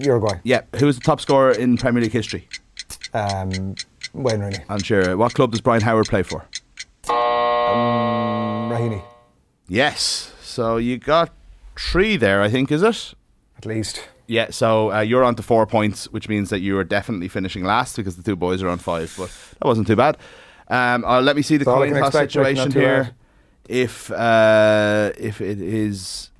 [SPEAKER 9] Uruguay.
[SPEAKER 8] Yeah. Who is the top scorer in Premier League history?
[SPEAKER 9] Um, Wayne Rooney.
[SPEAKER 8] I'm sure. uh, What club does Brian Howard play for? Uh,
[SPEAKER 9] Rahini,
[SPEAKER 8] Yes. So you got three there, I think, is it?
[SPEAKER 9] at least.
[SPEAKER 8] Yeah. So uh, you're on to four points, which means that you are definitely finishing last because the two boys are on five. But that wasn't too bad. Um, uh, let me see the
[SPEAKER 9] That's all I
[SPEAKER 8] coin
[SPEAKER 9] can
[SPEAKER 8] toss
[SPEAKER 9] expect, Rick, not
[SPEAKER 8] situation
[SPEAKER 9] too
[SPEAKER 8] here.
[SPEAKER 9] bad.
[SPEAKER 8] If uh, if it is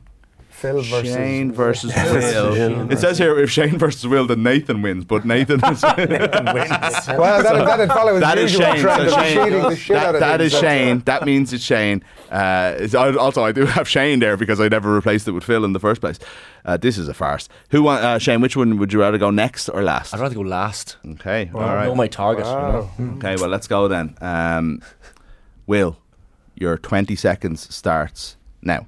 [SPEAKER 9] Phil versus [LAUGHS]
[SPEAKER 8] Shane versus Will, it says here if Shane versus Will, then Nathan wins. But Nathan
[SPEAKER 9] [LAUGHS]
[SPEAKER 8] is.
[SPEAKER 9] Well, that, that'd follow his
[SPEAKER 8] That is
[SPEAKER 9] usual
[SPEAKER 8] Shane.
[SPEAKER 9] trend
[SPEAKER 8] So
[SPEAKER 9] of
[SPEAKER 8] Shane
[SPEAKER 9] cheating the shit out
[SPEAKER 8] that,
[SPEAKER 9] of
[SPEAKER 8] that is
[SPEAKER 9] things.
[SPEAKER 8] Shane. That means it's Shane. Uh, it's, I- also, I do have Shane there because I never replaced it with Phil in the first place. Uh, this is a farce. Who want, uh, Shane? Which one would you rather go next or last?
[SPEAKER 5] I'd rather go last.
[SPEAKER 8] Okay, all
[SPEAKER 5] I
[SPEAKER 8] right.
[SPEAKER 5] know Oh, my target. you know.
[SPEAKER 8] Okay, well let's go then. Um, Will, your twenty seconds starts now.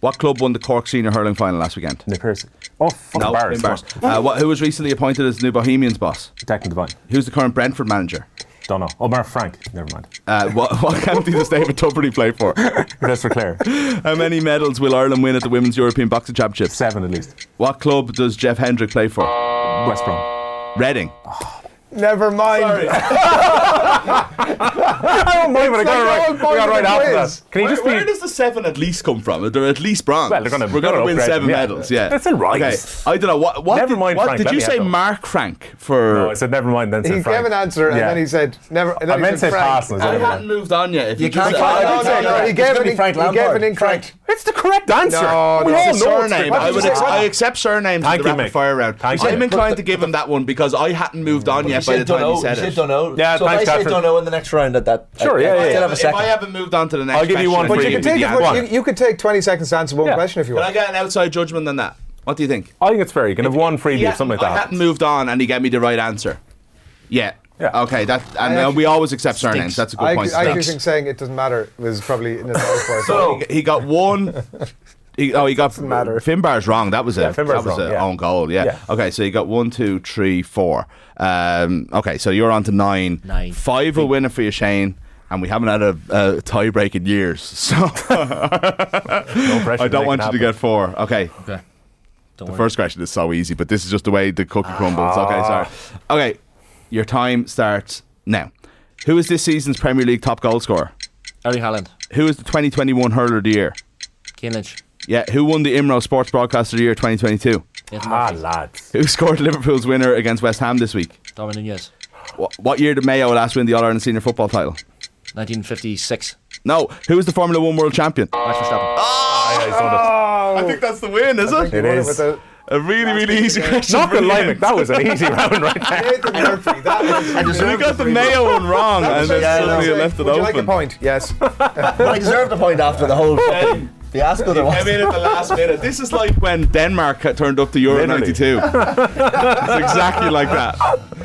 [SPEAKER 8] What club won the Cork Senior Hurling Final last weekend?
[SPEAKER 10] The person. Oh, fucking
[SPEAKER 8] No,
[SPEAKER 10] bars.
[SPEAKER 8] embarrassed. Uh, what, who was recently appointed as the new Bohemians boss?
[SPEAKER 10] Declan Devine.
[SPEAKER 8] Who's the current Brentford manager?
[SPEAKER 10] Don't know. Oh, Mark Frank. Never mind.
[SPEAKER 8] Uh, what, [LAUGHS] what county does David Tubberty play for?
[SPEAKER 10] Just for Claire.
[SPEAKER 8] [LAUGHS] How many medals will Ireland win at the Women's European Boxing Championships?
[SPEAKER 10] [LAUGHS] Seven at least.
[SPEAKER 8] What club does Jeff Hendrick play for?
[SPEAKER 10] West Brom.
[SPEAKER 8] Reading.
[SPEAKER 9] Never mind.
[SPEAKER 10] [LAUGHS]
[SPEAKER 8] [LAUGHS]
[SPEAKER 10] I don't mind when I got it right. We got it right after that. Can you
[SPEAKER 8] Where,
[SPEAKER 10] just be.
[SPEAKER 8] where does the seven at least come from? They're at least bronze.
[SPEAKER 10] Well, they're gonna-
[SPEAKER 8] We're going to
[SPEAKER 10] they're
[SPEAKER 8] win
[SPEAKER 10] upgrade
[SPEAKER 8] seven
[SPEAKER 10] them, yeah.
[SPEAKER 8] medals. Yeah,
[SPEAKER 10] That's all right.
[SPEAKER 8] Okay, I don't know what. what
[SPEAKER 10] Never
[SPEAKER 8] did,
[SPEAKER 10] mind
[SPEAKER 8] what
[SPEAKER 10] Frank,
[SPEAKER 8] did
[SPEAKER 10] let
[SPEAKER 8] you
[SPEAKER 10] me
[SPEAKER 8] say,
[SPEAKER 10] have that.
[SPEAKER 8] Mark Frank? For
[SPEAKER 10] No, I said never mind then.
[SPEAKER 9] He
[SPEAKER 10] Said
[SPEAKER 9] gave
[SPEAKER 10] Frank.
[SPEAKER 9] an answer and
[SPEAKER 10] Yeah.
[SPEAKER 9] then he said, never. And then
[SPEAKER 10] I
[SPEAKER 9] he
[SPEAKER 10] meant said pass. and I
[SPEAKER 8] I
[SPEAKER 10] said never
[SPEAKER 8] hadn't
[SPEAKER 10] mind.
[SPEAKER 8] moved on yet. If you,
[SPEAKER 5] can't-
[SPEAKER 8] just-
[SPEAKER 5] I-
[SPEAKER 9] No,
[SPEAKER 5] I-
[SPEAKER 9] no, no. He gave,
[SPEAKER 5] gonna
[SPEAKER 9] an,
[SPEAKER 5] be Frank
[SPEAKER 9] he gave
[SPEAKER 5] Lampard.
[SPEAKER 9] an incorrect.
[SPEAKER 10] It's the correct answer.
[SPEAKER 9] No,
[SPEAKER 10] we
[SPEAKER 9] no,
[SPEAKER 10] all
[SPEAKER 9] it's a
[SPEAKER 10] know it's
[SPEAKER 8] surname.
[SPEAKER 10] correct.
[SPEAKER 8] I, would
[SPEAKER 9] say?
[SPEAKER 8] ex- I accept surnames
[SPEAKER 10] Thank
[SPEAKER 8] in the
[SPEAKER 10] you,
[SPEAKER 8] rapid
[SPEAKER 10] mate.
[SPEAKER 8] fire round.
[SPEAKER 10] Thank
[SPEAKER 8] I'm
[SPEAKER 10] you.
[SPEAKER 8] inclined to give him that one because I hadn't moved on yet by the
[SPEAKER 5] You said
[SPEAKER 8] time
[SPEAKER 5] don't
[SPEAKER 8] he
[SPEAKER 5] know. You
[SPEAKER 8] said it.
[SPEAKER 5] said don't know.
[SPEAKER 10] Yeah,
[SPEAKER 5] so
[SPEAKER 10] thanks,
[SPEAKER 5] if I say
[SPEAKER 10] Gaffer.
[SPEAKER 5] don't know in the next round. At that,
[SPEAKER 10] Sure,
[SPEAKER 5] I,
[SPEAKER 10] yeah,
[SPEAKER 5] I
[SPEAKER 10] yeah,
[SPEAKER 5] still
[SPEAKER 10] yeah.
[SPEAKER 5] have a
[SPEAKER 8] If I
[SPEAKER 5] second.
[SPEAKER 8] haven't moved on to the next
[SPEAKER 10] I'll give you
[SPEAKER 8] question
[SPEAKER 10] one
[SPEAKER 8] for
[SPEAKER 10] for
[SPEAKER 9] But you
[SPEAKER 10] you
[SPEAKER 9] could
[SPEAKER 10] did
[SPEAKER 9] take
[SPEAKER 10] the
[SPEAKER 9] it
[SPEAKER 10] answer.
[SPEAKER 9] for, you, you could take 20 seconds to answer one
[SPEAKER 10] Yeah.
[SPEAKER 9] question if you
[SPEAKER 8] Can I
[SPEAKER 9] want.
[SPEAKER 8] get an outside judgment on that? What do you think?
[SPEAKER 10] I think it's fair. You can have one freebie
[SPEAKER 8] Yeah,
[SPEAKER 10] or something like
[SPEAKER 8] I
[SPEAKER 10] that.
[SPEAKER 8] hadn't moved on, and he gave me the right answer. Yeah.
[SPEAKER 10] Yeah.
[SPEAKER 8] Okay. That and uh,
[SPEAKER 9] actually-
[SPEAKER 8] we always accept surnames.
[SPEAKER 5] Stinks.
[SPEAKER 8] That's a good
[SPEAKER 9] I,
[SPEAKER 8] point.
[SPEAKER 9] I actually
[SPEAKER 8] Stinks.
[SPEAKER 9] think saying it doesn't matter was probably
[SPEAKER 8] [LAUGHS]
[SPEAKER 9] in his for
[SPEAKER 8] He- he got one. He, oh, he got
[SPEAKER 9] matter.
[SPEAKER 8] Finbar's wrong. That was a
[SPEAKER 10] Yeah, Finbar's
[SPEAKER 8] that was
[SPEAKER 10] wrong,
[SPEAKER 8] a
[SPEAKER 10] yeah.
[SPEAKER 8] own goal. Yeah.
[SPEAKER 10] Yeah.
[SPEAKER 8] Okay, so you got one, two, three, four. Um, okay, so you're on to nine.
[SPEAKER 5] Nine.
[SPEAKER 8] Five a winner for you, Shane. And we haven't had a, a tie break in years, [LAUGHS] so I
[SPEAKER 10] pressure,
[SPEAKER 8] don't
[SPEAKER 10] make
[SPEAKER 8] want
[SPEAKER 10] it
[SPEAKER 8] you to
[SPEAKER 10] happen.
[SPEAKER 8] get four. Okay,
[SPEAKER 5] Okay. Don't
[SPEAKER 8] The
[SPEAKER 5] worry.
[SPEAKER 8] first question is so easy, but this is just the way the cookie crumbles. Okay, sorry. Okay, your time starts now. Who is this season's Premier League top goal scorer?
[SPEAKER 5] Erling Haaland,
[SPEAKER 8] Who is the 2021 Hurler of the Year?
[SPEAKER 5] Keane Lynch,
[SPEAKER 8] Yeah, who won the IMRO Sports Broadcaster of the Year 2022?
[SPEAKER 5] Nathan
[SPEAKER 10] Ah,
[SPEAKER 5] Murphy,
[SPEAKER 8] [LAUGHS]
[SPEAKER 10] lads.
[SPEAKER 8] Who scored Liverpool's winner against West Ham this week?
[SPEAKER 5] Darwin Nunez,
[SPEAKER 8] Wh- What year did Mayo last win the All Ireland Senior Football title?
[SPEAKER 5] 1956,
[SPEAKER 8] No, who is the Formula One World Champion?
[SPEAKER 5] Max Verstappen.
[SPEAKER 8] I think that's the win, is it?
[SPEAKER 10] It
[SPEAKER 9] Won it
[SPEAKER 10] is.
[SPEAKER 9] with a-
[SPEAKER 8] A really, really easy question.
[SPEAKER 10] Not
[SPEAKER 8] for
[SPEAKER 10] gonna lie,
[SPEAKER 8] you.
[SPEAKER 10] Mick, that
[SPEAKER 8] [LAUGHS]
[SPEAKER 10] was an easy round right there.
[SPEAKER 9] Nathan Murphy, that was-
[SPEAKER 8] We got the Mayo
[SPEAKER 9] [LAUGHS]
[SPEAKER 8] one wrong, and then
[SPEAKER 5] Yeah, I know.
[SPEAKER 8] suddenly you left it
[SPEAKER 9] Would
[SPEAKER 8] open.
[SPEAKER 9] you like a point?
[SPEAKER 8] [LAUGHS]
[SPEAKER 9] Yes.
[SPEAKER 5] But I deserved a point after the whole fucking fiasco there
[SPEAKER 8] Came in at the last minute. This is like when Denmark had turned up to Euro
[SPEAKER 10] Literally.
[SPEAKER 8] 92. it's exactly like that.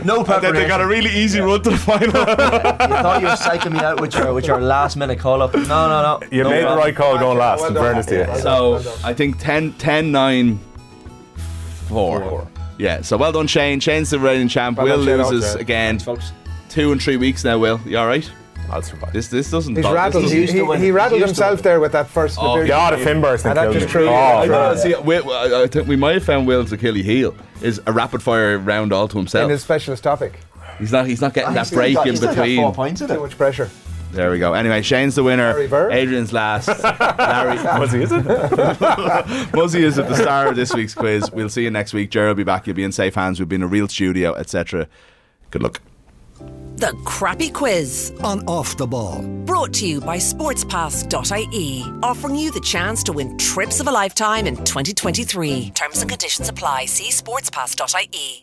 [SPEAKER 5] No
[SPEAKER 8] And then they got a really easy run to the final.
[SPEAKER 5] You thought you were psyching me out with your with your last minute call up. No, no, no.
[SPEAKER 10] You
[SPEAKER 5] no
[SPEAKER 10] made the
[SPEAKER 5] problem.
[SPEAKER 10] right call going last,
[SPEAKER 9] well
[SPEAKER 10] in
[SPEAKER 9] done.
[SPEAKER 10] fairness to you.
[SPEAKER 8] so I think 10, 10 9, 4. Yeah, so well done, Shane. Shane's the reigning champ.
[SPEAKER 9] Well done,
[SPEAKER 8] Will
[SPEAKER 9] Shane,
[SPEAKER 8] loses
[SPEAKER 9] also.
[SPEAKER 8] again. Two and three weeks now, Will. You alright?
[SPEAKER 10] I'll survive.
[SPEAKER 8] This this doesn't
[SPEAKER 9] He's
[SPEAKER 8] bother- this
[SPEAKER 9] rattled. He,
[SPEAKER 8] doesn't-
[SPEAKER 9] he, he rattled himself there with that first.
[SPEAKER 8] Oh,
[SPEAKER 9] appearance.
[SPEAKER 8] God, if him
[SPEAKER 10] burst
[SPEAKER 9] and
[SPEAKER 10] and
[SPEAKER 9] that
[SPEAKER 10] killed
[SPEAKER 9] just
[SPEAKER 10] me.
[SPEAKER 9] threw.
[SPEAKER 10] Oh,
[SPEAKER 9] you.
[SPEAKER 8] I
[SPEAKER 10] God.
[SPEAKER 8] know, see, we, I I think we might have found Will's Achilles heel is a rapid fire round all to
[SPEAKER 9] in
[SPEAKER 8] himself.
[SPEAKER 9] his Ah, specialist topic.
[SPEAKER 8] he's not he's not getting
[SPEAKER 5] He's
[SPEAKER 8] that
[SPEAKER 5] still
[SPEAKER 8] break
[SPEAKER 5] got-
[SPEAKER 8] in
[SPEAKER 5] he's still got four
[SPEAKER 8] between.
[SPEAKER 5] points in
[SPEAKER 9] Too
[SPEAKER 5] it.
[SPEAKER 9] much pressure.
[SPEAKER 8] There we go. Anyway, Shane's the winner.
[SPEAKER 9] Larry Bird.
[SPEAKER 8] Adrian's last. Larry
[SPEAKER 10] Was he, is it?
[SPEAKER 8] Muzzy is at the star of this week's quiz. We'll see you next week. Jerry will be back. You'll be in safe hands. We'll be in a real studio, etc. Good luck.
[SPEAKER 3] The Crappy Quiz.
[SPEAKER 4] On off the ball.
[SPEAKER 3] Brought to you by sportspass.ie, offering you the chance to win trips of a lifetime in 2023. Terms and conditions apply. See sportspass.ie.